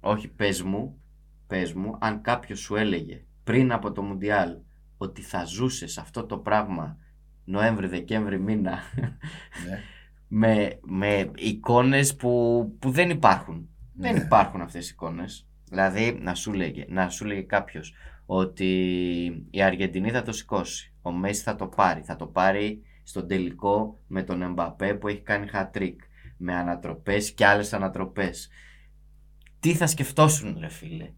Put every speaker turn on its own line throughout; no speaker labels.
Όχι, πες μου, πες μου, αν κάποιος σου έλεγε πριν από το Μουντιάλ ότι θα ζούσες αυτό το πράγμα Νοέμβρη-Δεκέμβρη μήνα
Ναι.
με, με εικόνες που, που δεν υπάρχουν. Δεν
Ναι.
υπάρχουν αυτές οι εικόνες. Δηλαδή να σου λέγε, να σου λέγε κάποιος ότι η Αργεντινή θα το σηκώσει, ο Μέση θα το πάρει, θα το πάρει στον τελικό με τον Εμπαπέ που έχει κάνει χατρίκ, με ανατροπές και άλλες ανατροπές. Τι θα σκεφτόσουν ρε φίλε,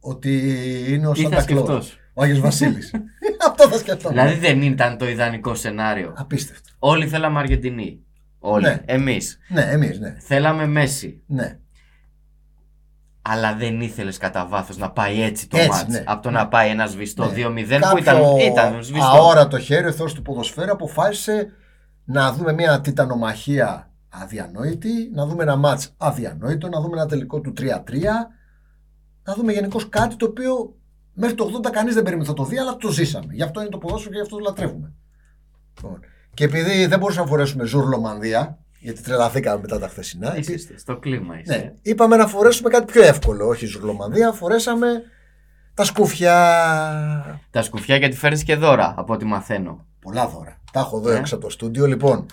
Ότι είναι ο
τι θα
Σάντα Κλόου.
σκεφτόσουν.
Ο Άγιος Βασίλης. Αυτό θα σκεφτόμουν.
Δηλαδή δεν ήταν το ιδανικό σενάριο.
Απίστευτο.
Όλοι θέλαμε Αργεντινή. Όλοι.
Ναι.
Εμείς.
Ναι, εμείς, ναι.
Θέλαμε Μέση.
ναι.
Αλλά δεν ήθελες κατά βάθος να πάει έτσι το
Έτσι,
μάτς
ναι.
Από το να πάει ένας σβηστό
Ναι.
2-0 που ήταν, ήταν σβηστό.
αόρατο χέρι, ο Θεός του ποδοσφαίρου αποφάσισε να δούμε μια τιτανομαχία αδιανόητη, να δούμε ένα μάτς αδιανόητο, να δούμε ένα τελικό του 3-3, να δούμε γενικώ κάτι το οποίο μέχρι το 80 κανείς δεν περίμενε θα το δει, αλλά το ζήσαμε. Γι' αυτό είναι το ποδόσφαιρο και γι' αυτό το λατρεύουμε. Λοιπόν, Και επειδή δεν μπορούσαμε να φορέσουμε ζουρλομανδία, γιατί τρελαθήκαμε μετά τα χθεσινά,
Εσύ είστε, στο κλίμα είσαι.
ναι, είπαμε να φορέσουμε κάτι πιο εύκολο, όχι ζουρλομανδία, φορέσαμε τα σκουφιά.
Τα σκουφιά γιατί φέρνεις και δώρα από ό,τι μαθαίνω.
Πολλά δώρα. Τα έχω εδώ
Ε.
έξω από το στούντιο. Λοιπόν,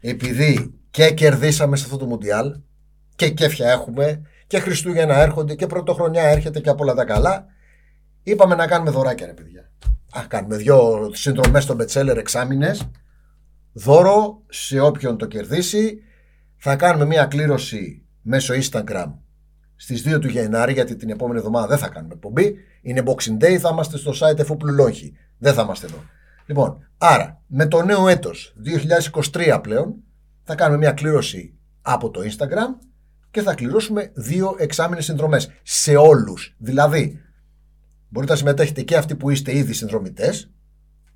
επειδή και κερδίσαμε σε αυτό το Μουντιάλ και κέφια έχουμε και Χριστούγεννα έρχονται και Πρωτοχρονιά έρχεται και από όλα τα καλά, είπαμε να κάνουμε δωράκια, ρε παιδιά. Α, κάνουμε δυο συνδρομές στο Μπετσέλερ εξάμηνες. Δώρο σε όποιον το κερδίσει. Θα κάνουμε μια κλήρωση μέσω Instagram στις 2 του Γενάρη, γιατί την επόμενη εβδομάδα δεν θα κάνουμε εκπομπή. Είναι Boxing Day, θα είμαστε στο site εφούπλου Λόγχη. Δεν θα είμαστε εδώ. Λοιπόν, άρα με το νέο έτος 2023 πλέον θα κάνουμε μια κλήρωση από το Instagram και θα κληρώσουμε δύο εξάμηνες συνδρομές σε όλους. Δηλαδή, μπορείτε να συμμετέχετε και αυτοί που είστε ήδη συνδρομητές,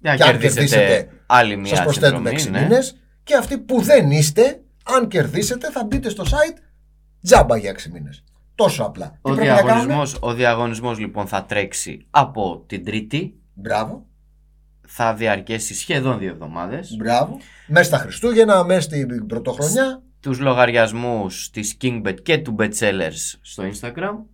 Για να
Και αν
κερδίσετε
κερδίσετε,
άλλη μία
σας προσθέτουμε 6
συνδρομή, ναι.
μήνες και αυτοί που δεν είστε, αν κερδίσετε θα μπείτε στο site τζάμπα για 6 μήνες. Τόσο απλά.
Ο διαγωνισμός, ο διαγωνισμός λοιπόν θα τρέξει από την Τρίτη.
Μπράβο,
Θα διαρκέσει σχεδόν δύο εβδομάδες.
μπράβο. Μέσα στα Χριστούγεννα, μέσα στην Πρωτοχρονιά.
τους λογαριασμούς της Kingbet και του Betsellers στο Instagram.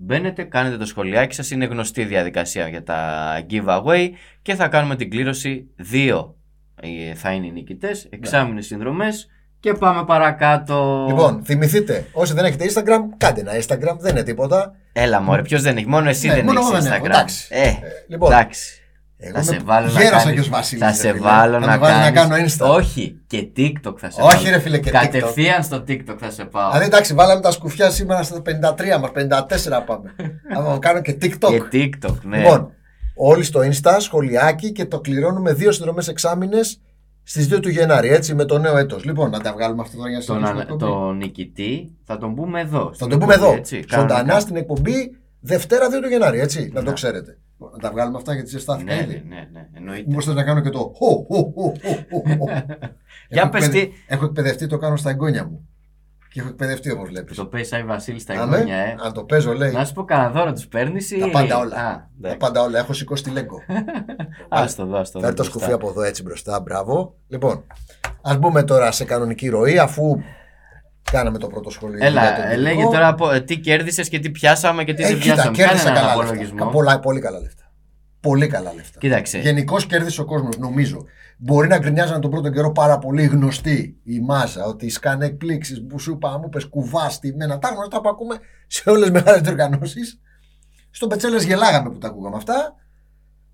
Μπαίνετε, κάνετε το σχολιάκι σας, είναι γνωστή η διαδικασία για τα giveaway και θα κάνουμε την κλήρωση δύο ε, θα είναι οι νικητές,
Ναι.
εξάμεινες συνδρομές και πάμε παρακάτω.
Λοιπόν, θυμηθείτε, όσοι δεν έχετε Instagram, κάντε ένα Instagram, δεν είναι τίποτα.
Έλα μωρέ, ποιος δεν έχει, μόνο εσύ
Ναι,
δεν
μόνο
έχεις
εγώ δεν έχω,
Instagram.
εντάξει.
Ε,
Λοιπόν,
εντάξει.
εγώ
Θα
είμαι
σε βάλω να
γέρας
κάνεις-
Άγιος Βασίλης,
Θα
ρε
σε
φίλε.
βάλω
Θα
να
με βάλεις να κάνω
κάνεις-
Insta.
Όχι, και TikTok θα σε
Όχι
βάλω.
ρε φίλε και TikTok.
Κατευθείαν στο TikTok θα σε πάω.
Δηλαδή εντάξει, βάλαμε τα σκουφιά σήμερα στα 53 μας, 54 πάμε. Άμα κάνω και TikTok.
Και TikTok, ναι.
Λοιπόν, όλοι στο Insta, σχολιάκι και το κληρώνουμε δύο συνδρομές εξάμηνες στις 2 του Γενάρη, έτσι, με το νέο έτος. Λοιπόν, να τα βγάλουμε αυτό τώρα για να
τον,
συνεχίσουμε
ανα-
εκπομπή.
τον νικητή θα τον πούμε εδώ.
Θα
στην
το πούμε
εκπομπή,
εδώ.
έτσι, κανονικά.
Ζωντανά στην εκπομπή Δευτέρα 2 του Γενάρη, έτσι, να
Ναι.
το ξέρετε. Λοιπόν, Να τα βγάλουμε αυτά γιατί ζεστάθηκα
Ναι, ναι,
ήδη.
ναι, ναι, εννοείται.
Μήπω θες να κάνω και το. Χω, χω, χω, χω, χω, χω.
Για
Έχω
πες
εκπαιδε-
τι.
Έχω εκπαιδευτεί, το κάνω στα εγγόνια μου. Και έχω εκπαιδευτεί όπως βλέπεις.
Το πες Άι Βασίλη στα εγγόνια, ε.
Αν το παίζω, λέει.
Να σου πω κανένα δώρο τους παίρνεις ή...
Τα πάντα όλα.
Α,
Τα
εντάξει.
πάντα όλα. Έχω σηκώσει τη λέγκο.
Ας το δω, ας το δω.
Φέρ το
μπροστά.
σκουφί από εδώ έτσι μπροστά, μπράβο. Λοιπόν, ας μπούμε τώρα σε κανονική ροή, αφού κάναμε το πρώτο σχολείο. για τον
Έλα, ε,
τελικό.
λέγε τώρα από- ε, τι κέρδισες και τι πιάσαμε και τι
Ε,
δεν
κοίτα,
πιάσαμε. Κάνε
κέρδισα
έναν
καλά λεφτά. Κα-
απολογισμό.
Πολλά, πολύ καλά λεφτά. Πολύ καλά λεφτά.
Κοίταξε,
Γενικώς κέρδισε ο κόσμος, νομίζω. Μπορεί να γκρινιάζαν τον πρώτο καιρό πάρα πολύ γνωστή η μάζα ότι σκάνε εκπλήξεις, που σου είπα, μου πες κουβά, στημένα. Τα γνωστά που ακούμε σε όλες τις μεγάλες διοργανώσεις. Στον Πετσέλε γελάγαμε που τα ακούγαμε αυτά.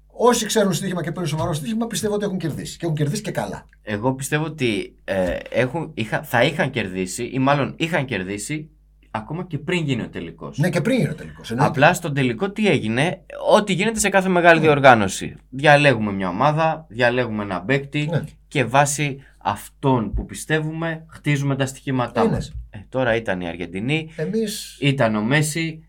Όσοι ξέρουν στοίχημα και παίρνουν σοβαρό στοίχημα, πιστεύω ότι έχουν κερδίσει. Και έχουν κερδίσει και καλά.
εγώ πιστεύω ότι ε, έχουν, είχα, θα είχαν κερδίσει ή μάλλον είχαν κερδίσει ακόμα και πριν γίνει ο τελικός.
Ναι, Ναι. και πριν είναι ο τελικός.
Απλά στον τελικό τι έγινε, ό,τι γίνεται σε κάθε μεγάλη διοργάνωση. Διαλέγουμε μια ομάδα, διαλέγουμε ένα παίκτη
Ναι.
και βάσει αυτών που πιστεύουμε χτίζουμε τα στοιχήματά
Είναι.
μας. Ε, τώρα ήταν η Αργεντινή,
Εμείς
ήταν ο Μέση.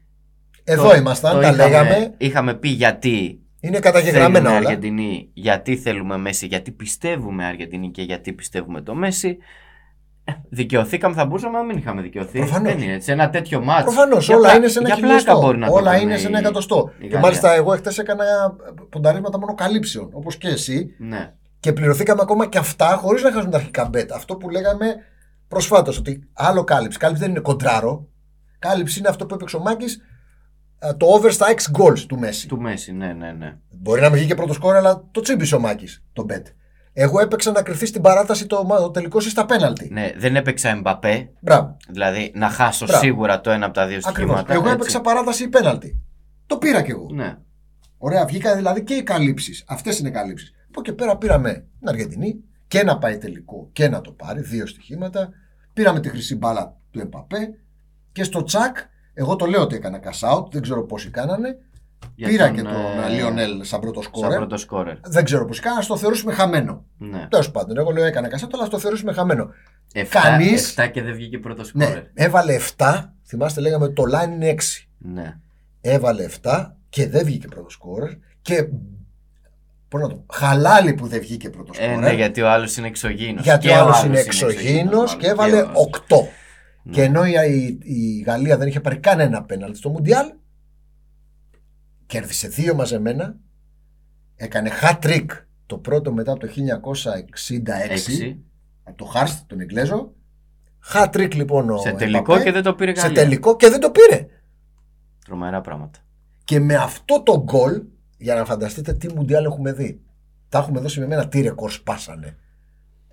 εδώ
το-
ήμασταν,
το
τα
είχαμε-
λέγαμε.
Είχαμε πει γιατί
Είναι
θέλουμε
καταγεγραμμένα όλα.
Αργεντινή, γιατί θέλουμε Μέση, γιατί πιστεύουμε Αργεντινή και γιατί πιστεύουμε το Μέση. Ε, Δικαιωθήκαμε, θα μπορούσαμε να μην είχαμε δικαιωθεί.
Προφανώς.
Δεν είναι, σε ένα τέτοιο μάτς.
Προφανώς
για
όλα
πλά-
είναι σε ένα
για πλάκα
χιλιοστό.
μπορεί να το
Όλα
κάνει
είναι σε ένα
η-
εκατοστό.
η
Και
Γαλλία.
μάλιστα εγώ χτε έκανα πονταρίσματα μόνο καλύψεων, όπως και εσύ.
Ναι.
Και πληρωθήκαμε ακόμα και αυτά χωρίς να χάσουμε τα αρχικά μπέτα. Αυτό που λέγαμε προσφάτως, ότι άλλο κάλυψη. Κάλυψη δεν είναι κοντράρο. Κάλυψη είναι αυτό που έπαιξε ο Μάκης. Το over στα 6 goals του Μέση.
Του Μέση, ναι, ναι, ναι.
Μπορεί να μην βγει και πρώτο σκόρ, αλλά το τσίμπησε ο Μάκης το bet. Εγώ έπαιξα να κρυφθεί στην παράταση το, το τελικό ή στα πέναλτι.
ναι δεν έπαιξα Mbappé,
Μπράβο.
δηλαδή να χάσω
Μπράβο.
σίγουρα το ένα από τα δύο
Ακριβώς.
στοιχήματα.
Εγώ
έτσι.
έπαιξα παράταση ή πέναλτι. Το πήρα κι εγώ.
Ναι.
Ωραία, βγήκα δηλαδή και οι καλύψεις. Αυτές είναι οι καλύψεις. Από εκεί πέρα πήραμε την Αργεντινή και να πάει τελικό και να το πάρει. Δύο στοιχήματα. Πήραμε τη χρυσή μπάλα του Εμπαπέ και στο τσακ. Εγώ το λέω ότι έκανα cash out, δεν ξέρω πόσοι κάνανε.
Για
Πήρα και τον
ε,
ε... Λιονέλ σαν πρώτο
Σαν
σκόρερ.
πρώτο σκόρερ.
Δεν ξέρω πόσοι κάνανε, ας το θεωρούσαμε χαμένο.
Ναι.
Τέλος πάντων, εγώ λέω έκανα cash out, αλλά ας το θεωρούσαμε χαμένο.
Εφτά-
Κανείς-
εφτά και δεν βγήκε πρώτο σκόρερ.
Ναι, έβαλε 7. Θυμάστε, λέγαμε το line είναι 6.
Ναι.
έβαλε 7 και δεν βγήκε πρώτο σκόρερ. Και. Πώς να το πω. Χαλάλι που δεν βγήκε πρώτο
Ε,
σκόρερ.
ναι, γιατί ο άλλος είναι εξωγήινος.
γιατί ο άλλο είναι εξωγήινο και έβαλε 8.
Ναι.
Και ενώ η, η, η Γαλλία δεν είχε πάρει κανένα πέναλτι στο Μουντιάλ, κέρδισε δύο μαζεμένα. Έκανε hat-trick το πρώτο μετά από το 1966
6.
από το Χάρστ, τον Εγγλέζο. Hat-trick λοιπόν ο
Σε τελικό
Εμπαπέ,
και δεν το πήρε
σε
κανένα.
τελικό και δεν το πήρε.
Τρομερά πράγματα.
Και με αυτό το γκολ, για να φανταστείτε τι μουντιάλ έχουμε δει. Τα έχουμε δώσει με ένα τι ρεκόρ σπάσανε.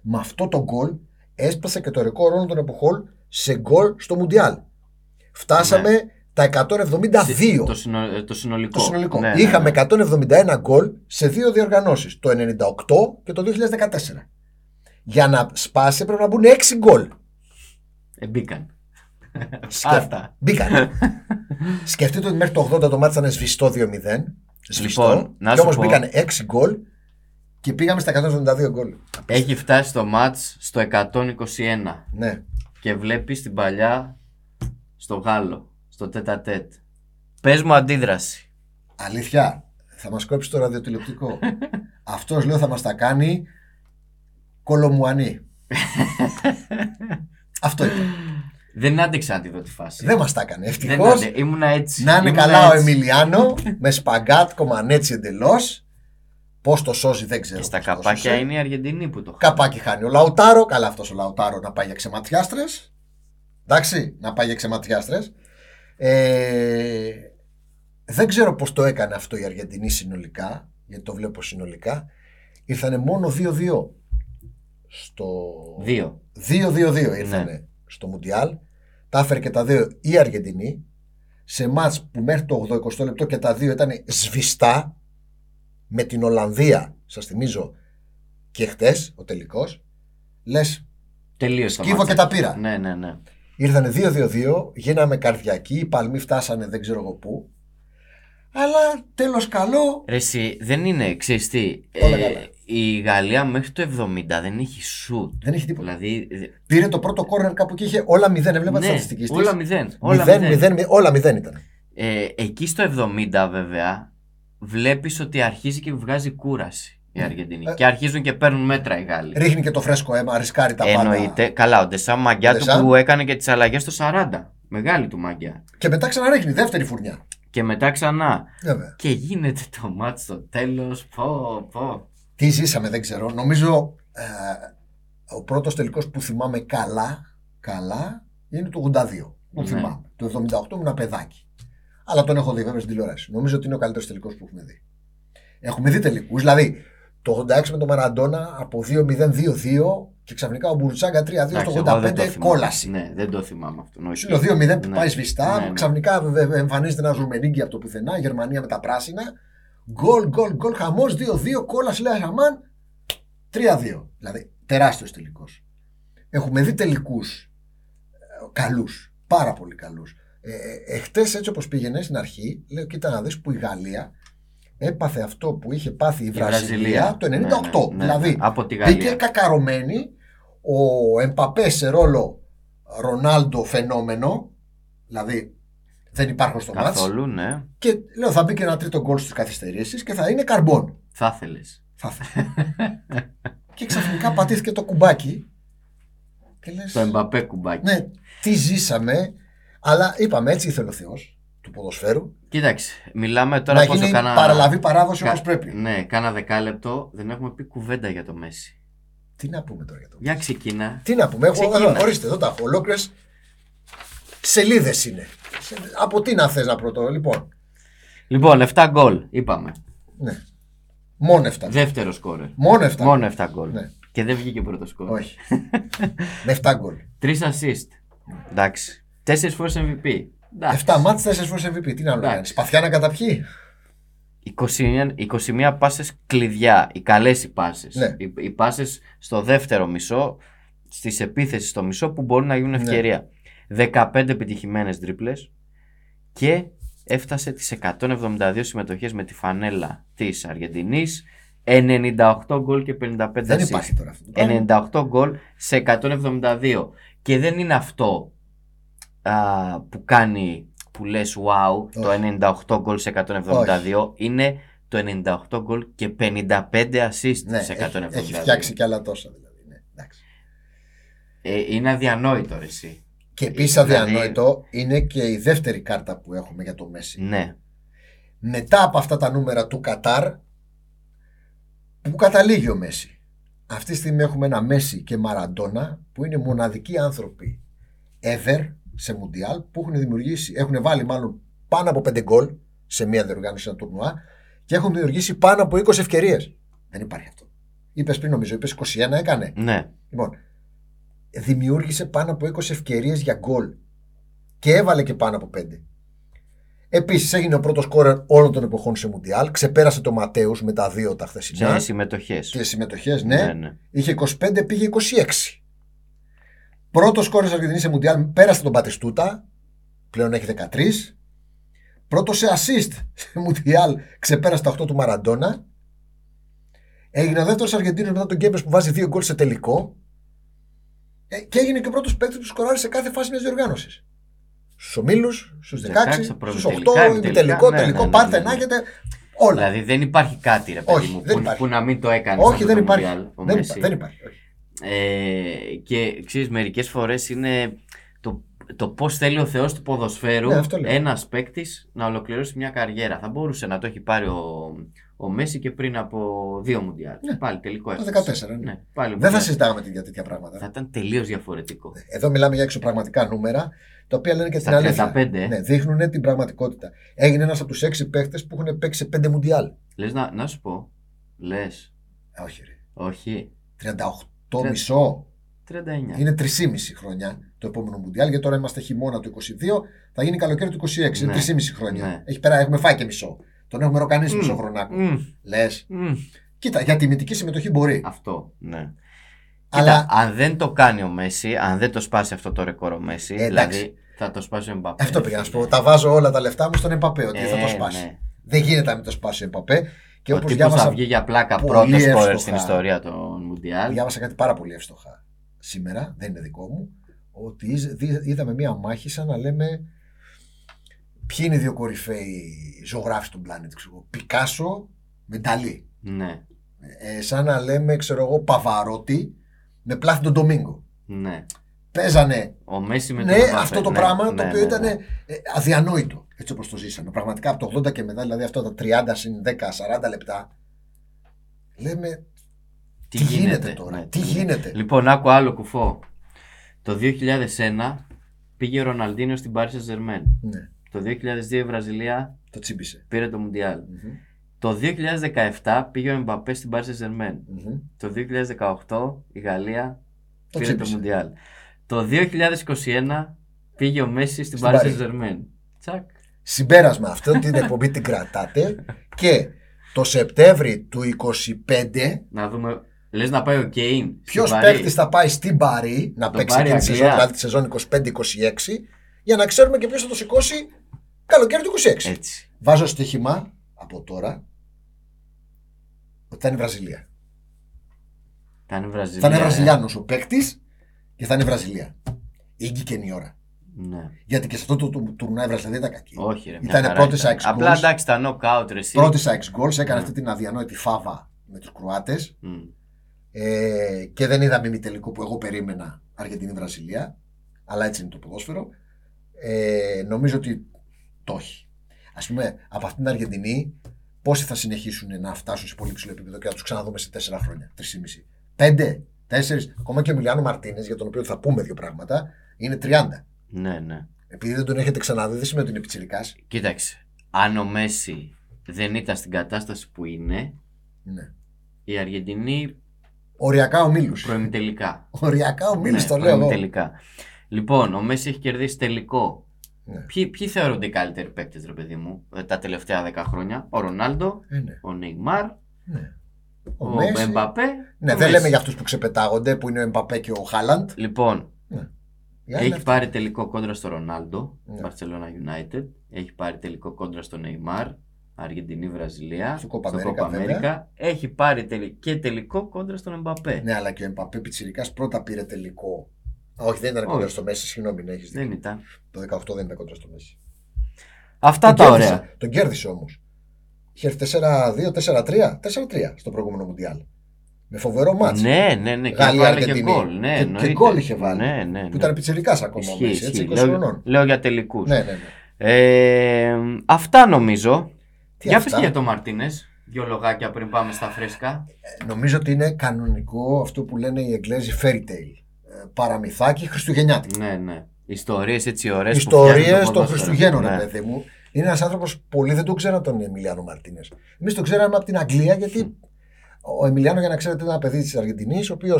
Με αυτό το γκολ έσπασε και το ρεκόρ όλων των εποχών σε γκολ στο μουντιάλ. Φτάσαμε
Ναι.
τα 172.
Το, συνο- το συνολικό.
Το συνολικό.
Ναι, ναι,
Είχαμε
ναι.
171 γκολ σε δύο διοργανώσεις, το 98 και το 2014. Για να σπάσει πρέπει να μπουν 6 γκολ.
Ε, μπήκαν.
Σκέφτα.
Αυτά.
Μπήκαν. Σκεφτείτε ότι μέχρι το 80 το μάτι ήταν σβηστό 2-0. Σβηστό.
Λοιπόν, να
και
σου
όμως
πω-
μπήκαν 6 γκολ και πήγαμε στα 172 γκολ.
Έχει φτάσει το μάτς στο 121
Ναι.
και βλέπεις την παλιά στο Γάλλο, στο τέτα τέτ. Πες μου αντίδραση.
Αλήθεια. Θα μας κόψει το ραδιοτηλεοπτικό. Αυτός λέω θα μας τα κάνει κολομουανή. Αυτό είπε.
Δεν άντεξα να τη δω τη φάση.
Δεν μας τα έκανε.
Δεν
Ευτυχώς.
άντε- Ήμουνα έτσι.
Να είναι
Ήμουνα
καλά ο
έτσι.
Εμιλιάνο με σπαγκάτ κομμανέτσι εντελώς. Πώς το σώζει δεν ξέρω.
Και στα
πώς το
καπάκια
σώζει.
είναι η Αργεντινή που το χάνει.
Καπάκι χάνει ο Λαουτάρο. Καλά αυτός ο Λαουτάρο να πάει για ξεματιάστρες. Εντάξει, να πάει για ξεματιάστρες. Ε, δεν ξέρω πώς το έκανε αυτό η Αργεντινή συνολικά, γιατί το βλέπω συνολικά. Ήρθανε μόνο 2-2. Στο.
Δύο.
2-2-2
Ναι.
ήρθανε στο Μουντιάλ. Τα έφερε και τα δύο η Αργεντινή. Σε μάτς που μέχρι το 80 λεπτό και τα δύο ήταν σβηστά με την Ολλανδία, σας θυμίζω, και χτες ο τελικός. Λες,
Τελείωσε. το
κύβω
μάτς.
και τα πήρα.
Ναι, ναι, ναι.
Ήρθανε 2-2-2, γίναμε καρδιακοί, οι παλμοί φτάσανε δεν ξέρω εγώ πού. Αλλά τέλος καλό,
Ρε, εσύ, δεν είναι, ξέρεις τι, ε,
Όλα καλά.
η Γαλλία μέχρι το 70 δεν έχει σουτ.
δεν έχει τίποτα.
Δηλαδή, ε,
Πήρε το πρώτο κόρνερ κάπου και είχε όλα μηδέν, έβλεπα τις
ναι,
στατιστικές της.
όλα μηδέν. Όλα
Μηδέν,
μηδέν.
μηδέν, μη- όλα μηδέν ήταν.
Ε, εκεί στο 70 βέβαια βλέπεις ότι αρχίζει και βγάζει κούραση η Αργεντινή
Ε.
και αρχίζουν και παίρνουν μέτρα οι Γάλλοι.
Ρίχνει και το φρέσκο αίμα, ρισκάρει τα πάντα.
Εννοείται. Καλά, ο Ντεσά μαγκιά
Ο Ντεσάμ.
του που έκανε και τις αλλαγές στο 40. Μεγάλη του μαγκιά.
Και μετά ξαναρίχνει, δεύτερη φουρνιά.
Και μετά ξανά.
Βέβαια.
Και γίνεται το μάτς στο τέλος. Πω, πω.
Τι ζήσαμε, δεν ξέρω. Νομίζω ε, ο πρώτος τελικός που θυμάμαι καλά, καλά είναι το 82. Που
Ναι.
θυμάμαι. Το 78 ήμουν παιδάκι. Αλλά τον έχω δει βέβαια στην τηλεόραση. Νομίζω ότι είναι ο καλύτερος τελικός που έχουμε δει. Έχουμε δει τελικούς. Δηλαδή το 86 με τον Μαραντόνα από 2-0-2-2 και ξαφνικά ο Μπουρτσάγκα 3-2
Εντάξει,
στο
εγώ δεν το
85
θυμάμαι.
κόλαση.
Ναι, δεν το θυμάμαι αυτό. Όχι.
Το 2-0 που
Ναι.
πάει σβηστά,
Ναι, ναι.
ξαφνικά βε- βε- εμφανίζεται ένα Ρουμενίγκη από το πουθενά, Γερμανία με τα πράσινα. Γκολ, γκολ, γκολ, χαμός, 2-2, κόλλα, λέει Χαμάν. 3-2. Δηλαδή, τεράστιος τελικός. Έχουμε δει τελικούς καλούς, πάρα πολύ καλούς. Ε, Εχθέ, έτσι όπως πήγαινε στην αρχή, λέω: Κοίτα να δεις που η Γαλλία έπαθε αυτό που είχε πάθει η
Η
Βραζιλία, το 98.
Ναι, ναι, ναι.
δηλαδή,
από τη Γαλλία.
Μπήκε κακαρωμένη ο Εμπαπέ σε ρόλο Ρονάλντο φαινόμενο, δηλαδή δεν υπάρχουν στο μάτς
Καθόλου, ναι.
και λέω θα μπει και ένα τρίτο γκολ στις καθυστερήσεις και θα είναι καρμπόν.
Θα ήθελε.
Θα ήθελα. και ξαφνικά πατήθηκε το κουμπάκι και λες,
Το Εμπαπέ κουμπάκι.
ναι, τι ζήσαμε, αλλά είπαμε έτσι ήθελε ο Θεός του ποδοσφαίρου
Κοίταξε, μιλάμε τώρα
να
πόσο
γίνει
κάνα.
παραλαβή παράδοση όπως
κα-
πρέπει.
Ναι, κάνα δεκάλεπτο δεν έχουμε πει κουβέντα για το Μέση.
Τι να πούμε τώρα για το
Για ξεκινά.
Τι να πούμε, έχω,
Ξεκίνα.
ορίστε εδώ τα έχω. Ολόκληρες σελίδες είναι. Σε- Από τι να θες να πρωτό, λοιπόν.
Λοιπόν, 7 γκολ, είπαμε.
Ναι. Μόνο 7.
Δεύτερο σκόρερ.
Μόνο 7.
Μόνο 7 γκολ.
Ναι.
Και δεν βγήκε πρώτο σκόρερ.
Όχι. Με 7 γκολ.
3 assist. Εντάξει. 4 φορέ MVP. Εντάξει.
7 μάτς, 4 φορές MVP. Τι να
Εντάξει.
λέω. Σπαθιά να καταπιεί.
21, 21 πάσες κλειδιά, οι καλές οι πάσες.
Ναι.
Οι, οι πάσες στο δεύτερο μισό, στις επίθεσεις στο μισό που μπορούν να
Ναι.
γίνουν ευκαιρία. 15 επιτυχημένες τρίπλες και έφτασε τις 172 συμμετοχές με τη φανέλα της Αργεντινής. 98 γκολ και 55
Δεν
assists.
υπάρχει τώρα αυτό. το πράγμα.
98 γκολ σε 172. Και δεν είναι αυτό α, που κάνει που λες wow,
Όχι.
το 98 γκολ σε 172. Είναι το 98 γκολ και 55 assist
Ναι,
σε 172.
έχει, έχει φτιάξει κι άλλα τόσα δηλαδή. Ναι, εντάξει.
Ε, είναι αδιανόητο ρε, εσύ.
Και επίσης
Δηλαδή-
αδιανόητο είναι και η δεύτερη κάρτα που έχουμε για το Μέση.
Ναι.
μετά από αυτά τα νούμερα του Κατάρ που καταλήγει ο Μέση. Αυτή τη στιγμή έχουμε ένα Μέση και Μαραντόνα που είναι μοναδικοί άνθρωποι ever σε Μουντιάλ που έχουν δημιουργήσει, έχουν βάλει μάλλον πάνω από 5 γκολ σε μία διοργάνωση, σε ένα τουρνουά και έχουν δημιουργήσει πάνω από 20 ευκαιρίες. Δεν υπάρχει αυτό. Είπες πριν, νομίζω, είπες 21 έκανε.
Ναι.
Λοιπόν, δημιούργησε πάνω από 20 ευκαιρίες για γκολ και έβαλε και πάνω από 5. Επίσης έγινε ο πρώτος κόρερ όλων των εποχών σε Μουντιάλ. Ξεπέρασε το Ματέους με τα δύο τα
Σε
χθεσινά.
συμμετοχές.
Ναι. Και συμμετοχές, ναι.
ναι, ναι.
Είχε 25, πήγε 26. Πρώτο κόρερ Αργεντινή σε Μουντιάλ πέρασε τον Πατιστούτα. Πλέον έχει 13. Πρώτος σε assist σε Μουντιάλ ξεπέρασε τα 8 του Μαραντόνα. Έγινε ο δεύτερος Αργεντίνος μετά τον Γκέμπε που βάζει δύο γκολ σε τελικό. Ε, και έγινε και ο πρώτος παίκτης που σκοράρει σε κάθε φάση μιας διοργάνωσης. Στους ομίλους, στους
16,
16, στου 8,
προημιτελικά,
ημιτελικό, τελικό,
ναι, ναι, ναι,
πάρτε
ναι, ναι.
να έχετε όλα.
Δηλαδή δεν υπάρχει κάτι ρε παιδί
Όχι,
μου
δεν
που,
υπάρχει.
που, να μην το έκανε.
Όχι, δεν υπάρχει. Δεν, υπά- δεν υπάρχει.
Ε, και ξέρεις μερικές φορές είναι το, το πώς θέλει ο Θεός του ποδοσφαίρου
Ναι, αυτό λέω.
ένας παίκτης να ολοκληρώσει μια καριέρα. Θα μπορούσε να το έχει πάρει ο, ο Μέση και πριν από δύο μουντιάλ.
Ναι.
Πάλι τελικό
Το
έφτασε.
14, ναι.
Ναι, πάλι
Δεν θα
Μουντιάλ.
συζητάγαμε για τέτοια πράγματα.
Θα ήταν τελείως διαφορετικό.
Εδώ μιλάμε για εξωπραγματικά νούμερα, τα οποία λένε και την
Στα
αλήθεια.
35 ε.
Ναι, δείχνουν την πραγματικότητα. Έγινε ένας από τους έξι παίχτε που έχουν παίξει σε πέντε μουντιάλ.
Λες να, να σου πω, λες,
Ε, όχι, ρε.
όχι,
38 μισό.
39.
Είναι 3,5 χρόνια το επόμενο μουντιάλ, γιατί τώρα είμαστε χειμώνα του 22, θα γίνει καλοκαίρι του 26. Είναι
Ναι.
3,5 χρόνια.
Ναι.
Έχει πέρα, έχουμε φάει και μισό. Τον έχουμε ροκανίσει
Μμμ.
μισό χρονάκι.
Μμμ,
Λε.
μμμ.
Κοίτα, για τιμητική συμμετοχή μπορεί.
Αυτό, ναι.
αλλά
Κοίτα, αν δεν το κάνει ο Μέση, αν δεν το σπάσει αυτό το ρεκόρ ο Μέση,
Ε, εντάξει.
δηλαδή θα το σπάσει ο Μπαπέ.
αυτό πήγα να σου πω. Τα βάζω όλα τα λεφτά μου στον Εμπαπέ, ότι θα
Ε,
το σπάσει.
ναι.
Δεν γίνεται να μην το σπάσει ο Εμπαπέ. Και
ο
όπως
τύπος
διάβασα
θα βγει για πλάκα
πολύ
πρώτο σκόρερ
εύστοχα.
στην ιστορία των Μουντιάλ.
Διάβασα κάτι πάρα πολύ εύστοχα σήμερα, δεν είναι δικό μου, ότι είδ- δι- είδαμε μία μάχη σαν να λέμε ποιοι είναι οι δύο κορυφαίοι ζωγράφοι του πλανήτη, ξέρω εγώ. Πικάσο με Νταλή.
Ναι,
Ε, σαν να λέμε, ξέρω εγώ, Παβαρότη με Πλάθη τον Ντομίνγκο.
ναι.
Παίζανε
Ο Μέση με
ναι,
τον Mbappé,
αυτό το
ναι,
πράγμα
ναι,
το οποίο
ναι,
ήταν
ναι.
ε, αδιανόητο έτσι όπως το ζήσαμε. Πραγματικά από το 80 και μετά, δηλαδή αυτά τα 30 συν 10, 40 λεπτά, λέμε τι, γίνεται, τώρα,
ναι,
τι γίνεται.
Λοιπόν, άκου άλλο κουφό. Το 2001 πήγε ο Ροναλντίνο στην Paris Saint Germain.
Ναι,
Το 2002 η Βραζιλία
το τσιμπησε
πήρε το Μουντιάλ. Το 2017 πήγε ο Εμπαπέ στην Paris Saint Germain. Το 2018 η Γαλλία
Το
πήρε το
ξύπνησε.
Μουντιάλ. Το 2021 πήγε ο Μέση στην
Στην
Paris
Παρί.
Saint Germain. Τσακ.
Συμπέρασμα αυτό, την εκπομπή την κρατάτε και το Σεπτέμβρη του 25
Να δούμε. Λες να πάει ο Κέιν.
ποιο
στην Παρί.
παίκτη θα πάει στην Παρή να
Το
παίξει
πάρει
εκείνη τη
Αγγλία.
σεζόν, δηλαδή τη σεζόν 25-26 για να ξέρουμε και ποιος θα το σηκώσει καλοκαίρι του 26.
Έτσι.
Βάζω στοίχημα από τώρα ότι θα είναι η Βραζιλία.
Θα είναι Βραζιλία.
Θα είναι
ε.
Βραζιλιάνος ο παίκτης και θα είναι η Βραζιλία. Ήγγει και είναι η ώρα.
Ναι.
Γιατί και σε αυτό το του- τουρνουά η Βραζιλία δεν ήταν κακή.
Όχι, ρε. μια
Ήτανε
χαρά
πρώτη
ήταν.
σε εξ
Απλά
γκολς.
εντάξει, τα knockout ρε. εσύ.
Πρώτη στα 6 γκολ, έκανε
Ναι.
αυτή την αδιανόητη φάβα με τους Κροάτες.
Μμ.
Ε, και δεν είδαμε μη τελικό που εγώ περίμενα Αργεντινή-Βραζιλία. Αλλά έτσι είναι το ποδόσφαιρο. Ε, νομίζω ότι το έχει. Ας πούμε, από αυτήν την Αργεντινή, πόσοι θα συνεχίσουν να φτάσουν σε πολύ ψηλό επίπεδο και θα τους ξαναδούμε σε 4 χρόνια, 3,5. Πέντε, τέσσερις, ακόμα και ο Μιλιάνο Μαρτίνες, για τον οποίο θα πούμε δύο πράγματα, είναι 30.
Ναι, ναι.
Επειδή δεν τον έχετε ξαναδεί, δεν σημαίνει ότι είναι πιτσιρικάς.
Κοίταξε. Αν ο Μέση δεν ήταν στην κατάσταση που είναι,
Ναι.
η Αργεντινή
Οριακά ο Μίλους.
προημιτελικά.
Οριακά ο Μίλους
Ναι,
το λέω εγώ.
προημιτελικά. Λοιπόν, ο Μέση έχει κερδίσει τελικό.
Ναι.
Ποιοι, ποιοι θεωρούνται οι καλύτεροι παίκτες, ρε παιδί μου, ε, τα τελευταία 10 χρόνια. Ο Ρονάλντο,
Ε, ναι.
ο Νεϊμάρ,
Ναι. Ο,
ο,
Μέση.
Εμπαπέ.
Ναι,
ο
δεν
Μέση.
λέμε για αυτούς που ξεπετάγονται, που είναι ο Εμπαπέ και ο Χάλαντ. Ναι.
Λοιπόν,
Οι άλλοι
έχει
αυτοί.
πάρει τελικό κόντρα στο Ρονάλντο,
Ναι.
Barcelona United. Έχει πάρει τελικό κόντρα στο Νεϊμάρ, Αργεντινή-Βραζιλία.
Στο Copa America, βέβαια.
America. Έχει πάρει τελ- και τελικό κόντρα στον Εμπαπέ.
Ναι, αλλά και ο Εμπαπέ Πιτσιρικάς πρώτα πήρε τελικό. Α, όχι, δεν ήταν
Όχι.
κοντά στο Μέση, συγγνώμη, ναι, έχεις δίκιο.
Δεν ήταν.
Το 18 δεν ήταν κοντά στο Μέση.
Αυτά
Τον
τα
κέρδισε.
ωραία.
Τον κέρδισε όμως. Είχε έρθει 4-2, 4-3, 4-3 στο προηγούμενο Μουντιάλ. Με φοβερό μάτς.
Ναι, ναι, ναι. Και
Γαλλία,
βάλε και
Αργεντινή.
γκολ. Ναι,
Και- και
εννοείται.
γκολ είχε βάλει.
Ναι, ναι, ναι.
Που ήταν πιτσιρικάς ακόμα ο
Ισχύει,
Μέση, έτσι,
ισχύει.
20
Λέω,
χρονών.
λέω για τελικούς.
Ναι, ναι, ναι.
Ε, αυτά νομίζω.
Τι
για
αυτά.
πες και για το Μαρτίνες. Δύο λογάκια πριν πάμε στα φρέσκα.
Ε, Νομίζω ότι είναι κανονικό αυτό που λένε οι Εγγλέζοι fairy tale. Ε, Παραμυθάκι χριστουγεννιάτικο.
Ναι, ναι. Ιστορίες έτσι ωραίες.
Ιστορίε των Χριστουγέννων,
ναι.
ρε παιδί μου. Είναι ένας άνθρωπος πολύ δεν τον ξέραν τον Εμιλιάνο Μαρτίνες. Εμείς τον ξέραμε από την Αγγλία γιατί ο Εμιλιάνο, για να ξέρετε, ήταν ένα παιδί της Αργεντινής, ο οποίος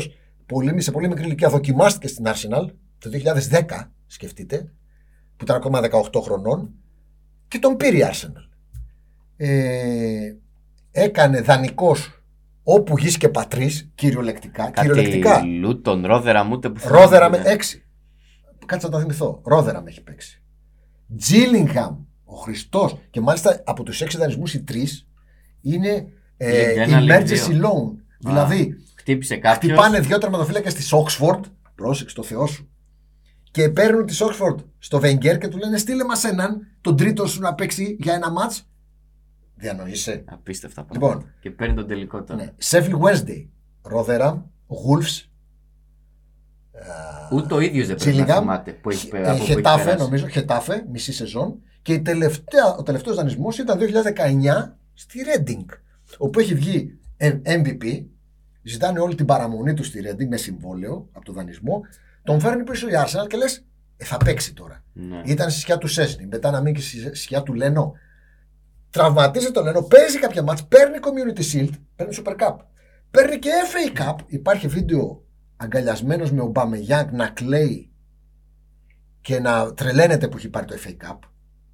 σε πολύ μικρή ηλικία δοκιμάστηκε στην Arsenal το 2010, σκεφτείτε, που ήταν ακόμα 18 χρονών, και τον πήρε η Arsenal. Ε, έκανε δανεικός όπου γης και πατρίς, κυριολεκτικά. κυριολεκτικά.
Κάτι Λούτον, Ρόδερα μου, ούτε που θυμάμαι,
Ρόδερα με. ε,
ναι.
Έξι. Κάτσε να τα θυμηθώ. Ρόδερα με έχει παίξει. Τζίλιγχαμ, ο Χριστός. Και μάλιστα από τους έξι δανεισμούς οι τρεις είναι ε,
Λιγκ ένα, λιγκ
emergency
δύο.
loan. Δηλαδή,
Χτύπησε κάποιος.
χτυπάνε δύο τερματοφύλακες της Oxford. Πρόσεξε το Θεό σου. Και παίρνουν της Oxford στο Βενγκέρ και του λένε στείλε μας έναν, τον τρίτο σου να παίξει για ένα ματ. Διανοείσαι.
Απίστευτα πράγματα.
Λοιπόν,
Και παίρνει τον τελικό τώρα.
ναι. Sheffield Wednesday, Ρόδερα, Wolves.
Ούτε ο ίδιος δεν πρέπει να
Τζίλιγχαμ,
θυμάται που έχει
Ε,
πε- από που έχει
Χετάφε,
περάσει.
νομίζω, Χετάφε, μισή σεζόν. Και η τελευταία, ο τελευταίος δανεισμός ήταν 2019 στη Reading. Όπου έχει βγει ε, MVP, ζητάνε όλη την παραμονή του στη Reading με συμβόλαιο από το δανεισμό. Τον φέρνει πίσω η Arsenal και λες, ε, θα παίξει τώρα.
Ναι.
Ήταν στη σκιά του Σέσνη, μετά να μείνει και στη σκιά του Λενό. Τραυματίζει το Λενό, παίζει κάποια μάτς, παίρνει Community Shield, παίρνει Super Cup. Παίρνει και FA Cup. Υπάρχει βίντεο αγκαλιασμένος με ο Μπαμεγιάνγκ να κλαίει και να τρελαίνεται που έχει πάρει το FA Cup.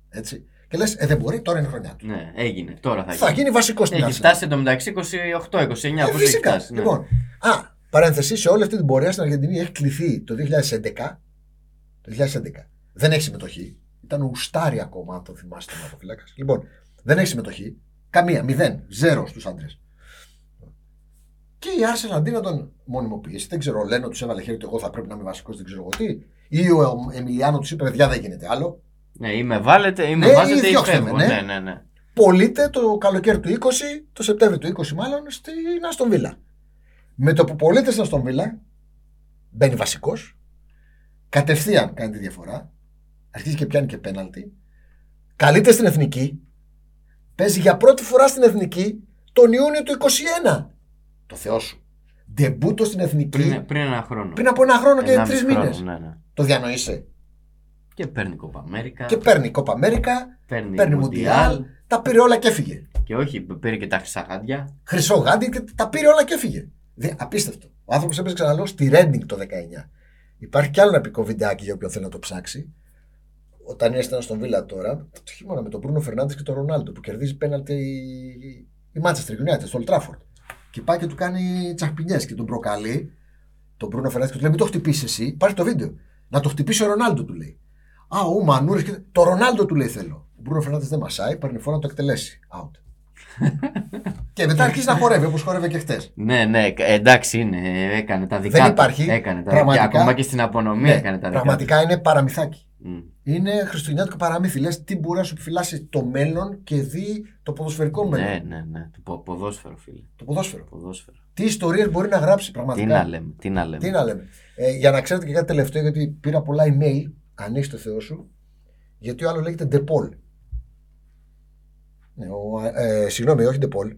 Έτσι. Και λες, ε, δεν μπορεί, τώρα είναι η χρονιά του.
Ναι, έγινε. Τώρα θα γίνει.
Θα γίνει βασικό στην
Έχει
Arsenal.
φτάσει εντωμεταξύ 28-29. Πού
Ε,
έχει
φυσικά.
φτάσει. ναι.
Λοιπόν, α, παρένθεση, σε όλη αυτή την πορεία στην Αργεντινή έχει κληθεί το 2011. Το 2011. Δεν έχει συμμετοχή. Ήταν ουστάρι ακόμα, αν το θυμάστε, ο φυλάκα. Λοιπόν, δεν έχει συμμετοχή. Καμία, μηδέν, ζέρο στους άντρες. Και η Arsenal αντί να τον μονιμοποιήσει, δεν ξέρω, λένε του έβαλε χέρι ότι εγώ θα πρέπει να είμαι βασικός, δεν ξέρω εγώ τι. Ή ο Εμιλιάνο τους είπε, παιδιά δεν γίνεται άλλο.
Ναι, ή με βάλετε ή με
Ναι, ή
βάζετε ή
διώξτε με,
φεύγω.
ναι.
Ναι, ναι, ναι.
πωλείται το καλοκαίρι του 20, το Σεπτέμβριο του 20 μάλλον, στην Αστον Βίλα. Με το που πωλείται στην Αστον Βίλα, μπαίνει βασικός, κατευθείαν κάνει τη διαφορά, αρχίζει και πιάνει και πέναλτι, καλείται στην εθνική, παίζει για πρώτη φορά στην εθνική τον Ιούνιο του 21. Το Θεό σου. Ντεμπούτο στην εθνική πριν,
Πριν, πριν ένα χρόνο.
από ένα χρόνο και
Ενάμιση
τρεις
χρόνο,
μήνε.
Ναι, ναι.
Το διανοείσαι.
Και παίρνει Κοπα Αμέρικα.
Και παίρνει Κόπα Αμέρικα,
παίρνει,
παίρνει
Μουντιάλ.
Μουντιάλ, τα πήρε όλα και έφυγε.
Και όχι, πήρε και τα χρυσαγάντια.
Χρυσό γάντι και τα πήρε όλα και έφυγε. Δε, απίστευτο. Ο άνθρωπος έπαιζε ξαναλέω στη Ρέντινγκ το 19. Υπάρχει κι άλλο ένα πικό βιντεάκι για όποιον θέλει να το ψάξει. Όταν ήσταν στον Βίλα τώρα, το χειμώνα με τον Μπρούνο Φερνάνδη και τον Ρονάλντο που κερδίζει πέναλτι η- η Manchester United στο Old Trafford. Και πάει και του κάνει τσαχπινιές και τον προκαλεί. Τον Μπρούνο Φερνάνδη και του λέει: Μην το χτυπήσεις εσύ. Υπάρχει το βίντεο. Να το χτυπήσει ο Ρονάλντο του λέει. Α, ο Μανούρη και. Το Ρονάλντο του λέει θέλω. Ο Μπρούνο Φερνάνδη δεν μασάει, παίρνει φόρα να το εκτελέσει. Out. Και μετά αρχίζει να χορεύει όπως χορεύε και χτες.
Ναι, ναι, εντάξει είναι. Έκανε τα δικά
Δεν
του.
υπάρχει.
Έκανε τα
Πραγματικά.
Και ακόμα και στην απονομή έκανε τα δικά του.
Ναι, πραγματικά είναι παραμυθάκι.
Μμ.
Είναι χριστουγεννιάτικο παραμύθι. Λες τι μπορεί να σου επιφυλάσσει το μέλλον και δει το ποδοσφαιρικό μέλλον.
Ναι, ναι, ναι. Το πο- ποδόσφαιρο, φίλε.
Το ποδόσφαιρο.
Ποδόσφαιρο.
Τι ιστορίες μπορεί να γράψει
Τι
πραγματικά.
να λέμε, τι να λέμε.
Τι να λέμε. Ε, για να ξέρετε και κάτι τελευταίο, γιατί πήρα πολλά email. Ανοίξει το Θεό σου. Γιατί ο άλλος λέγεται Ντεπόλ. Ναι, ο, ε, συγγνώμη, όχι Ντεπόλ.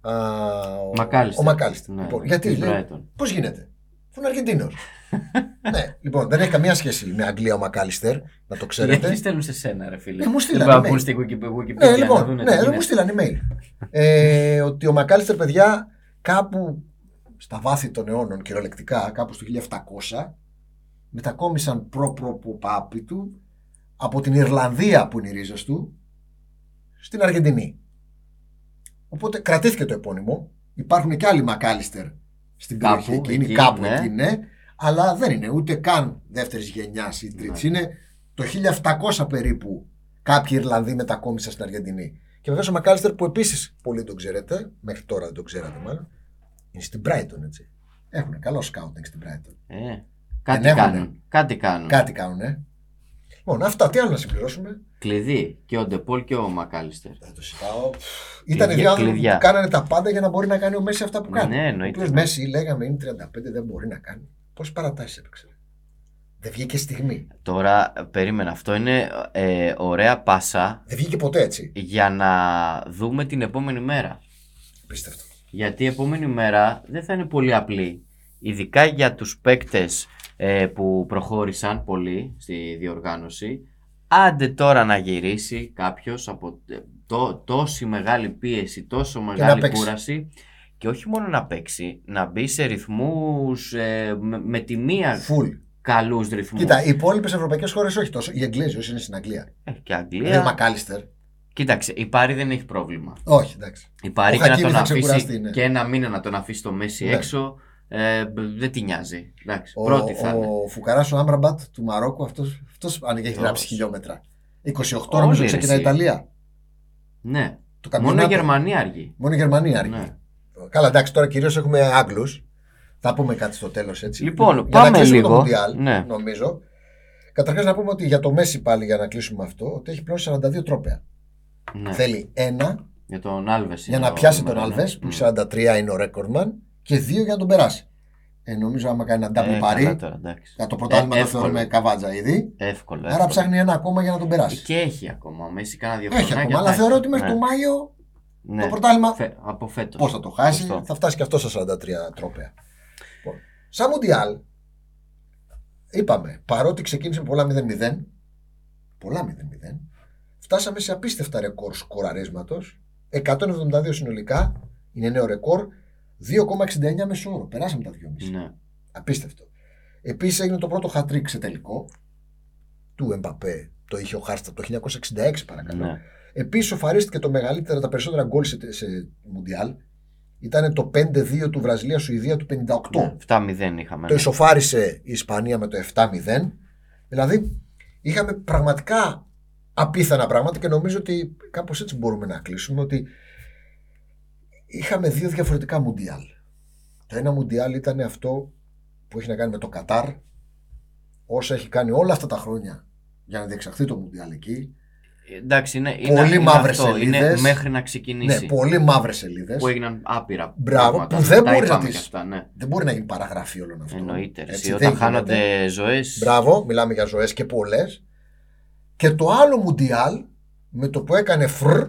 Α, ο-
Μακάλιστερ.
Ο Μακάλιστερ.
Ναι,
λοιπόν,
ναι,
γιατί
της
λέει,
Brighton.
Πώς γίνεται. Αφού είναι Αργεντίνος. ναι, λοιπόν, δεν έχει καμία σχέση με Αγγλία ο Μακάλιστερ, να το
Γιατί
ξέρετε.
στέλνουν σε σένα, ρε φίλε.
Ναι, μου
Δεν
στείλανε
πάω να
mail.
μπουν στη Wiki- Wikipedia
ναι,
να
λοιπόν,
δούνε
ναι,
τι
δεν
είναι.
μου στείλανε email. ε, ότι ο Μακάλιστερ, παιδιά, κάπου στα βάθη των αιώνων, κυριολεκτικά, κάπου στο 1700, μετακόμισαν προ-προ-πάπη του από την Ιρλανδία που είναι οι ρίζε του στην Αργεντινή. Οπότε κρατήθηκε το επώνυμο. Υπάρχουν και άλλοι Μακάλιστερ στην
Κάπου
περιοχή εκείνη,
εκεί,
κάπου
ναι.
εκεί, ναι. Αλλά δεν είναι ούτε καν δεύτερης γενιάς ή τρίτης. Είναι το 1700 περίπου κάποιοι Ιρλανδοί μετακόμισαν στην Αργεντινή. Και βεβαίως ο Μακάλιστερ που επίσης πολύ τον ξέρετε, μέχρι τώρα δεν τον ξέρατε μάλλον, είναι στην Brighton έτσι. Έχουν καλό σκάουτινγκ στην Brighton.
Ε, κάτι
Δεν έχουνε.
κάνουν. Κάτι κάνουν.
Κάτι κάνουν, ε. Λοιπόν, αυτά τι άλλο να συμπληρώσουμε.
Κλειδί. Και ο Ντεπόλ και ο Μακάλιστερ.
Δεν το συζητάω. Ήταν
Κλειδιά,
οι δύο άνθρωποι
κλειδιά.
που κάνανε τα πάντα για να μπορεί να κάνει ο Μέση αυτά που
Ναι,
κάνει.
ναι,
ο
εννοείται.
οποίος Μέση λέγαμε είναι 35, δεν μπορεί να κάνει. Πόσες παρατάσεις έπαιξε. ρε. Δεν βγήκε στιγμή.
Τώρα, ε, περίμενα. Αυτό είναι ε, ωραία πάσα
Δεν βγήκε ποτέ έτσι.
για να δούμε την επόμενη μέρα.
Πίστευτο.
Γιατί η επόμενη μέρα δεν θα είναι πολύ απλή. Ειδικά για τους παίκτες ε, που προχώρησαν πολύ στη διοργάνωση. Άντε τώρα να γυρίσει κάποιος από ε, το, τόση μεγάλη πίεση, τόσο μεγάλη
παίξει.
κούραση. Και όχι μόνο να παίξει, να μπει σε ρυθμούς ε, με, με τη μία
Φουλ.
καλούς ρυθμούς.
Κοίτα, οι υπόλοιπες ευρωπαϊκές χώρες όχι τόσο. Οι Εγγλέζοι όσοι είναι στην Αγγλία.
Ε, και
Δηλαδή ο
Αγγλία.
Μακάλιστερ.
Κοίταξε, η Πάρη δεν έχει πρόβλημα.
Όχι, εντάξει.
Η Πάρη
Ο
και να
Χακίμι
τον
θα
αφήσει
ξεκουραστεί, ναι.
και ένα μήνα να τον αφήσει το Μέση
Ναι.
έξω. Ε, μπ, δεν τη νοιάζει. Εντάξει,
Ο,
πρώτη θα είναι.
ο Φουκαράς ο Άμραμπατ του Μαρόκου, αυτός αν έχει
Τόσο.
γράψει χιλιόμετρα. 28
Όλοι,
νομίζω
ρε,
ξεκινά η
εσύ.
Ιταλία.
Ναι.
Το
Μόνο η
καμπιονάτο.
Γερμανία αργεί.
Μόνο η Γερμανία αργεί.
Ναι.
Καλά, εντάξει, τώρα κυρίως έχουμε Άγγλους. Θα πούμε κάτι στο τέλος έτσι.
Λοιπόν,
για
πάμε
να κλείσουμε
λίγο.
Το Μουντιάλ,
Ναι.
Νομίζω. Καταρχάς να πούμε ότι για το Μέση πάλι, για να κλείσουμε αυτό, ότι έχει πλέον 42 τρόπαια.
ναι.
Θέλει ένα
Για τον Άλβες.
για να πιάσει τον
ναι.
Αλβέ, που 43 είναι ο ρέκορντμαν, και δύο για να τον περάσει. Ε, νομίζω άμα κάνει ένα double παρή, για το πρωτάθλημα
Ναι, Ε,
το
εύκολο.
θεωρούμε καβάτζα ήδη.
Εύκολο.
Άρα ψάχνει ένα ακόμα για να τον περάσει.
Και έχει ακόμα. Ο Μέση κάνα δύο
Έχει ακόμα, αλλά θεωρώ ότι μέχρι το Μάιο το
ναι.
πρωτάθλημα
Φε- Από φέτος.
Πώς θα το χάσει,
Σωστό.
θα φτάσει και αυτό στα 43 τρόπαια. Λοιπόν, σαν Μουντιάλ, είπαμε, παρότι ξεκίνησε με πολλά 0-0, πολλά 0-0, φτάσαμε σε απίστευτα ρεκόρ σκοραρίσματος. 172 συνολικά είναι νέο ρεκόρ, 2,69 μεσόωρο. Περάσαμε τα 2,5.
Ναι.
Απίστευτο. Επίσης έγινε το πρώτο χατρίκ σε τελικό του Εμπαπέ. Το είχε ο Χάρστα το 1966, παρακαλώ.
ναι.
Επίσης, σοφαρίστηκε το μεγαλύτερο, τα περισσότερα γκολ σε, σε Μουντιάλ. Ήταν το 5-2 του Βραζιλία-Σουηδία του 58.
ναι. 7-0 είχαμε.
Το
ναι.
ισοφάρισε η Ισπανία με το 7-0. Δηλαδή, είχαμε πραγματικά απίθανα πράγματα και νομίζω ότι κάπως έτσι μπορούμε να κλείσουμε ότι είχαμε δύο διαφορετικά Μουντιάλ. Το ένα Μουντιάλ ήταν αυτό που έχει να κάνει με το Κατάρ, όσα έχει κάνει όλα αυτά τα χρόνια για να διεξαχθεί το Μουντιάλ εκεί.
Εντάξει, είναι,
Πολύ
είναι, είναι
μαύρες
αυτό, είναι
σελίδες.
μέχρι να
Ναι,
ξεκινήσει.
πολύ μαύρες σελίδες.
που έγιναν άπειρα.
Μπράβο,
πράγματα.
που δεν
Τα
μπορείς να
είπαμε
τις-
και αυτά, ναι.
Δεν μπορεί να γίνει παραγραφή όλων αυτών.
Εννοείται. ρε,
Έτσι,
εσύ, όταν
δεν γίνεται.
χάνονται ζωές.
Μπράβο, μιλάμε για ζωές και πολλές. Και το άλλο Μουντιάλ με το που έκανε φρ,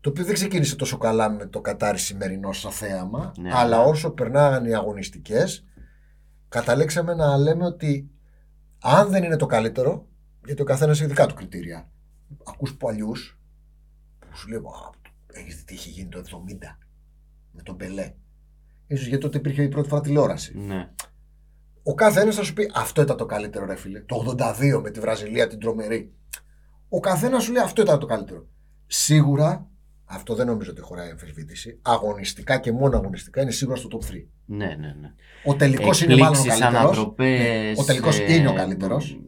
το οποίο δεν ξεκίνησε τόσο καλά με το Κατάρι σημερινό σαν θέαμα,
Ναι.
αλλά όσο περνάγαν οι αγωνιστικές, καταλήξαμε να λέμε ότι αν δεν είναι το καλύτερο, γιατί ο καθένας έχει δικά του κριτήρια. Ακούς παλιού που σου λέει Έχεις δει τι είχε γίνει το 70 με τον Πελέ. Ίσως γιατί τότε υπήρχε η πρώτη φορά τηλεόραση
Ναι.
ο κάθε ένα θα σου πει αυτό ήταν το καλύτερο, ρε φίλε. Το 82 με τη Βραζιλία την τρομερή. Ο καθένας σου λέει αυτό ήταν το καλύτερο. Σίγουρα, αυτό δεν νομίζω ότι χωράει αμφισβήτηση, αγωνιστικά και μόνο αγωνιστικά είναι σίγουρα στο top 3.
Ναι, ναι, ναι.
Ο τελικός είναι μάλλον ο
Εκπλήξεις,
καλύτερος.
ανατροπές,
Ναι, ο τελικός
ε,
είναι ο καλύτερος.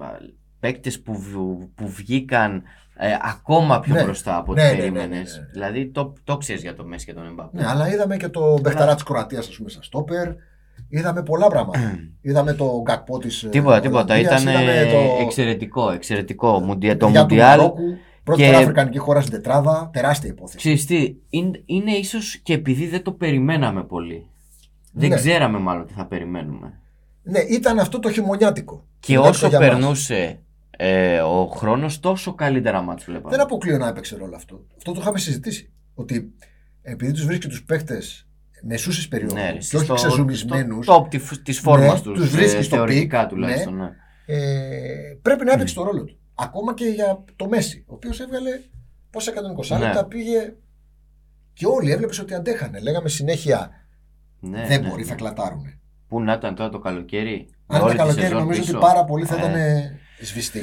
Παίκτες που, β- που βγήκαν ε, ακόμα πιο
Ναι.
μπροστά από ό,τι
Ναι, ναι, ναι,
περίμενες.
ναι, ναι.
Δηλαδή το, το ξέρεις για το Μέσης και τον Εμπαπέ.
Ναι, αλλά είδαμε και το Μπεχταρά τη Κροατίας, ας πούμε, στα στόπερ. Είδαμε πολλά πράγματα. είδαμε το γκακπό ε, τη.
Τίποτα, τίποτα. Ήταν ε, εξαιρετικό, εξαιρετικό. Μουντια- Το
Ε, παιδιά του
Μουντιάλ.
Μαρόκου, Πρώτη
και-
φορά Αφρικανική χώρα στην τετράδα. Τεράστια υπόθεση.
Ξέρεις τι, είναι, είναι ίσως και επειδή δεν το περιμέναμε πολύ. Δεν
Ναι.
ξέραμε μάλλον τι θα περιμένουμε.
Ναι, ήταν αυτό το χειμωνιάτικο.
Και
Εντάξει,
όσο
για μας.
περνούσε ε, ο χρόνος τόσο καλύτερα μάτς βλέπαμε.
Δεν αποκλείω να έπαιξε ρόλο αυτό. Αυτό το είχαμε συζητήσει. Ότι επειδή τους βρίσκει τους παίχτε μεσούσε περιόδου.
Ναι, ρε,
και όχι
στο-
ξεζουμισμένους.
στο top τη- της φόρμας
Ναι,
τους,
τους
ε,
βρίσκει στο
θεωρητικά
peak,
τουλάχιστον. ναι.
Ε, πρέπει να έπαιξε το ρόλο του. Ακόμα και για το Μέση, ο οποίος έβγαλε πόσα 120 λεπτά
Ναι.
πήγε. Και όλοι έβλεπες ότι αντέχανε. Λέγαμε συνέχεια
Ναι,
δεν
ναι,
μπορεί,
ναι.
θα κλατάρουν.
Πού να ήταν τώρα το καλοκαίρι.
Αν
όλη
ήταν
τη
καλοκαίρι,
σεζόν
νομίζω
πίσω.
ότι πάρα πολύ θα
Ε,
ήταν σβηστή.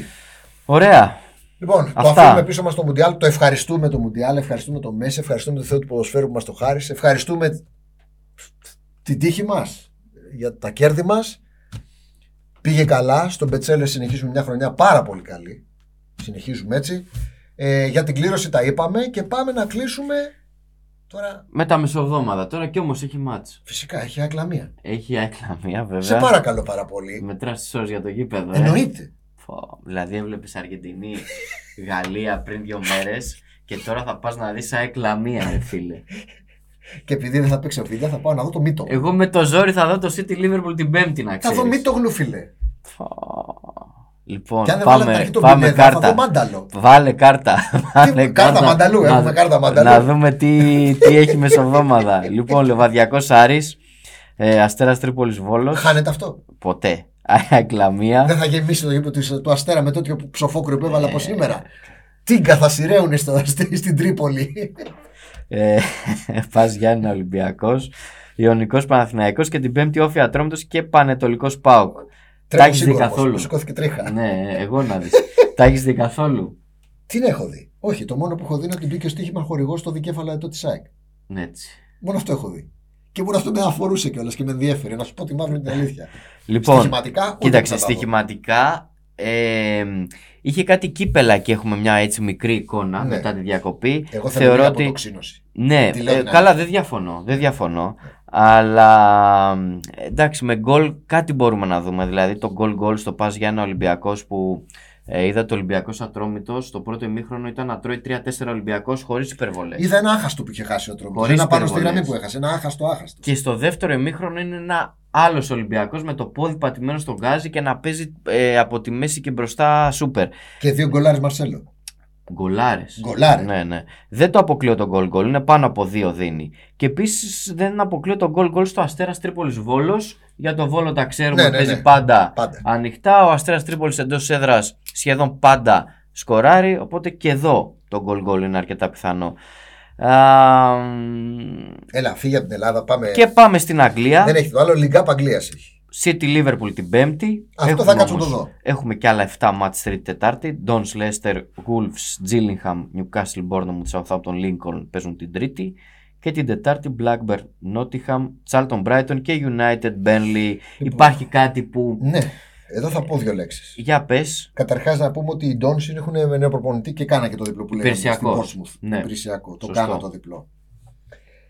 Ωραία.
Λοιπόν, το
Αυτά.
αφήνουμε πίσω μας το Μουντιάλ. Το ευχαριστούμε το Μουντιάλ, ευχαριστούμε το Μέση, ευχαριστούμε το Θεό του Ποδοσφαίρου που μας το χάρισε, ευχαριστούμε την τύχη μας για τα κέρδη μας. Πήγε καλά. Στον Πετσέλε συνεχίζουμε μια χρονιά πάρα πολύ καλή. Συνεχίζουμε έτσι. Ε, για την κλήρωση τα είπαμε και πάμε να κλείσουμε. Τώρα
Με τα μεσοβδόμαδα τώρα και όμως έχει μάτς.
φυσικά έχει ακλαμία.
Έχει αεκλαμία βέβαια.
Σε παρακαλώ πάρα πολύ.
Μετράς τις ώρες για το γήπεδο. ε.
Εννοείται.
Πω, δηλαδή έβλεπες Αργεντινή, Γαλλία πριν δύο μέρες και τώρα θα πας να δεις αεκλαμία ρε φίλε.
Και επειδή δεν θα παίξει ο Βίλια, θα πάω να δω το Μήτο.
Εγώ με το ζόρι θα δω το City Liverpool την Πέμπτη να
Θα
Ε, ξέρεις.
δω Μήτο γλουφιλέ.
Πω. Λοιπόν,
Και αν δεν βάλει την
πάμε,
αρχή το
πάμε
Μπινέδα, θα δω
κάρτα.
Μάνταλο.
Βάλε κάρτα. Βάλε
κάρτα μανταλού,
Να-
έχουμε κάρτα μανταλού.
Να δούμε τι, τι έχει μεσοβόμαδα. λοιπόν, Λεβαδιακός Άρης, ε, Αστέρας Τρίπολης Βόλος.
Χάνεται αυτό.
Ποτέ. Ακλαμία.
Δεν θα γεμίσει το γήπεδο της- του Αστέρα με τέτοιο ψοφόκριο που
Ε.
έβαλα από σήμερα. Τίγκα θα σειραίουνε στο, στη- στην Τρίπολη.
ε, Πας Γιάννη Ολυμπιακός. Ιωνικός Παναθηναϊκός και την Πέμπτη Όφη Ατρόμητος και Πανετολικός Πάουκ. Τα
Τρέχω
έχεις δει
σίγουρα,
καθόλου.
μου Σηκώθηκε τρίχα.
ναι, εγώ να δεις. Τα έχεις δει καθόλου.
Την έχω δει. Όχι, το μόνο που έχω δει είναι ότι μπήκε ο στοίχημα χορηγός στο δικέφαλο ετώ τη ΣΑΕΚ.
Ναι, έτσι.
Μόνο αυτό έχω δει. Και μόνο αυτό με αφορούσε κιόλας και με ενδιέφερε. Να σου πω τη μαύρη την αλήθεια.
Λοιπόν,
Στοιχηματικά, ούτε
Κοίταξε,
θα τα δω.
στοιχηματικά ε, είχε κάτι κύπελα και έχουμε μια έτσι μικρή εικόνα
Ναι.
μετά τη διακοπή.
Εγώ θα θεωρώ ότι.
Ναι,
τη λέω
ε,
την
καλά, δεν διαφωνώ. Δεν διαφωνώ. Αλλά ε, εντάξει, με γκολ κάτι μπορούμε να δούμε. Δηλαδή το γκολ γκολ στο Πας Γιάννα Ολυμπιακός που ε, είδα το Ολυμπιακός Ατρόμητος στο πρώτο ημίχρονο ήταν να τρώει 3-4 Ολυμπιακός χωρίς υπερβολές.
Είδα ένα άχαστο που είχε χάσει ο τρόπο.
Χωρίς
Ένα πάνω στη
υπερβολές.
γραμμή που έχασε. Ένα άχαστο, άχαστο.
Και στο δεύτερο ημίχρονο είναι ένα άλλος Ολυμπιακός με το πόδι πατημένο στον γκάζι και να παίζει ε, από τη μέση και μπροστά σούπερ.
Και δύο γκολάρες Μαρσέλο.
Γκολάρες.
Γκολάρες.
Ναι, ναι. Δεν το αποκλείω τον γκολ γκολ, είναι πάνω από δύο δίνει. Και επίσης δεν αποκλείω τον γκολ γκολ στο Αστέρας Τρίπολης Βόλος. Για τον Βόλο τα ξέρουμε,
Ναι, ναι,
παίζει
ναι.
πάντα
Πάντα.
ανοιχτά. Ο Αστέρας Τρίπολης εντός έδρας σχεδόν πάντα σκοράρει. Οπότε και εδώ το γκολ γκολ είναι αρκετά πιθανό. Α, μ,
Έλα, φύγε από την Ελλάδα. Πάμε.
και πάμε στην Αγγλία.
Δεν έχει το άλλο. Λιγκάπ Αγγλίας έχει.
City Liverpool την Πέμπτη.
Αυτό
Έχουμε
θα κάτσω να το
όμως-
δω.
Έχουμε και άλλα 7 μάτς τρίτη Τετάρτη. Dons, Leicester, Wolves, Gillingham, Newcastle, Bournemouth, Southampton, Lincoln παίζουν την Τρίτη. Και την Τετάρτη Blackburn, Nottingham, Charlton, Brighton και United, Burnley.
Λοιπόν.
Υπάρχει κάτι που...
Ναι, εδώ θα πω δύο λέξεις.
Για πες.
Καταρχάς να πούμε ότι οι Ντόνσιν έχουν νέο προπονητή και κάνα και το διπλό που λέγαμε στην
Υπηρεσιακό.
Portsmouth.
Ναι.
Υπηρεσιακό. Το
Σωστό.
κάνα το διπλό.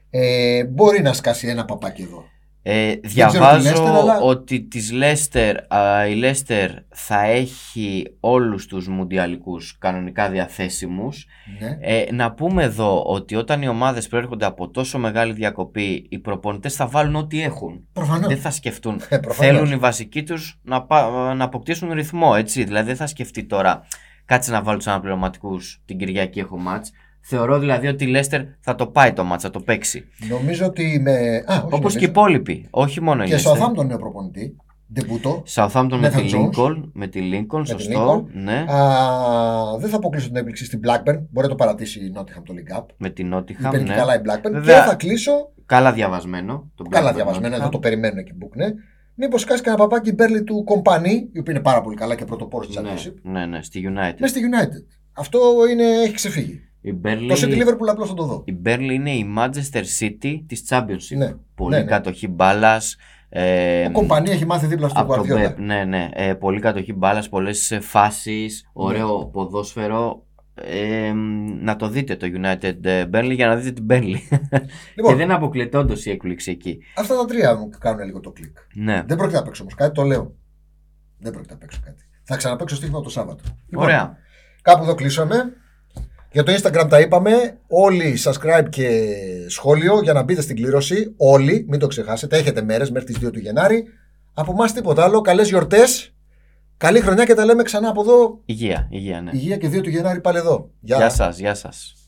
Ε, μπορεί να σκάσει ένα παπάκι εδώ.
Ε,
ξέρω τη
διαβάζω
Leicester, αλλά-
ότι της Leicester, α, η Leicester θα έχει όλους τους μουντιαλικούς κανονικά διαθέσιμους.
Ναι.
Ε, να πούμε εδώ ότι όταν οι ομάδες προέρχονται από τόσο μεγάλη διακοπή, οι προπονητές θα βάλουν ό,τι έχουν.
Προφανώς.
Δεν θα σκεφτούν.
Ε, προφανώς.
Θέλουν οι βασικοί τους να, πα- να αποκτήσουν ρυθμό, έτσι. Δηλαδή δεν θα σκεφτεί τώρα κάτσε να βάλω τους αναπληρωματικούς την Κυριακή έχω μάτς. Θεωρώ δηλαδή ότι η Λέστερ θα το πάει το μάτς, θα το παίξει.
Νομίζω ότι με. Α, όχι,
Όπως και οι
νομίζω.
υπόλοιποι, όχι μόνο η
Και
Λέστερ.
Southampton νέο προπονητή. Ντεμπούτο.
Southampton με
Nathan
τη
Jones.
Lincoln, με τη Lincoln,
τη
σωστό, ναι.
Α, δεν θα αποκλείσω την έπληξη στην Blackburn. Μπορεί να το παρατήσει η Nottingham το League Cup.
Με την Nottingham,
Παίρνει
ναι.
καλά η Blackburn.
Βέβαια.
Και θα κλείσω
Καλά διαβασμένο. το
Καλά
Blackburn
διαβασμένο,
Nottingham.
εδώ το περιμένουν εκεί που ναι. Μήπως κάσει κανένα παπάκι μπέρλι του Κομπάνι, η οποία είναι πάρα πολύ καλά και πρωτοπόρος της
Ναι,
Championship,
ναι, ναι, στη United.
μέσα στη United. Αυτό είναι, έχει ξεφύγει.
Η Burnley,
Το City Liverpool απλώς θα το δω.
η Burnley είναι η Manchester City της Championship.
Ναι.
Πολύ
ναι, ναι.
κατοχή μπάλας. Ε,
Ο Κομπάνι έχει μάθει δίπλα στον
από τον
Guardiola.
Pep, ναι, ναι. Ε, πολύ κατοχή μπάλας, πολλές φάσει,
Ναι.
ωραίο ποδόσφαιρο. Ε, μ, να το δείτε το United ε, Burnley για να δείτε την Burnley. και
Λοιπόν,
Ε, δεν αποκλείται όντω η έκπληξη εκεί.
αυτά τα τρία μου κάνουν λίγο το κλικ.
Ναι.
Δεν πρόκειται να παίξω όμως κάτι, το λέω. Δεν πρόκειται να παίξω κάτι. Θα ξαναπαίξω στοίχημα το Σάββατο. Λοιπόν,
Ωραία.
Κάπου εδώ κλείσαμε. Για το Instagram τα είπαμε. Όλοι subscribe και σχόλιο για να μπείτε στην κλήρωση. Όλοι, μην το ξεχάσετε. Έχετε μέρες μέχρι τις 2 του Γενάρη. Από εμάς τίποτα άλλο. Καλές γιορτές. Καλή χρονιά και τα λέμε ξανά από εδώ.
Υγεία, υγεία, ναι.
Υγεία και 2 του Γενάρη πάλι εδώ.
Γεια σας, γεια σας.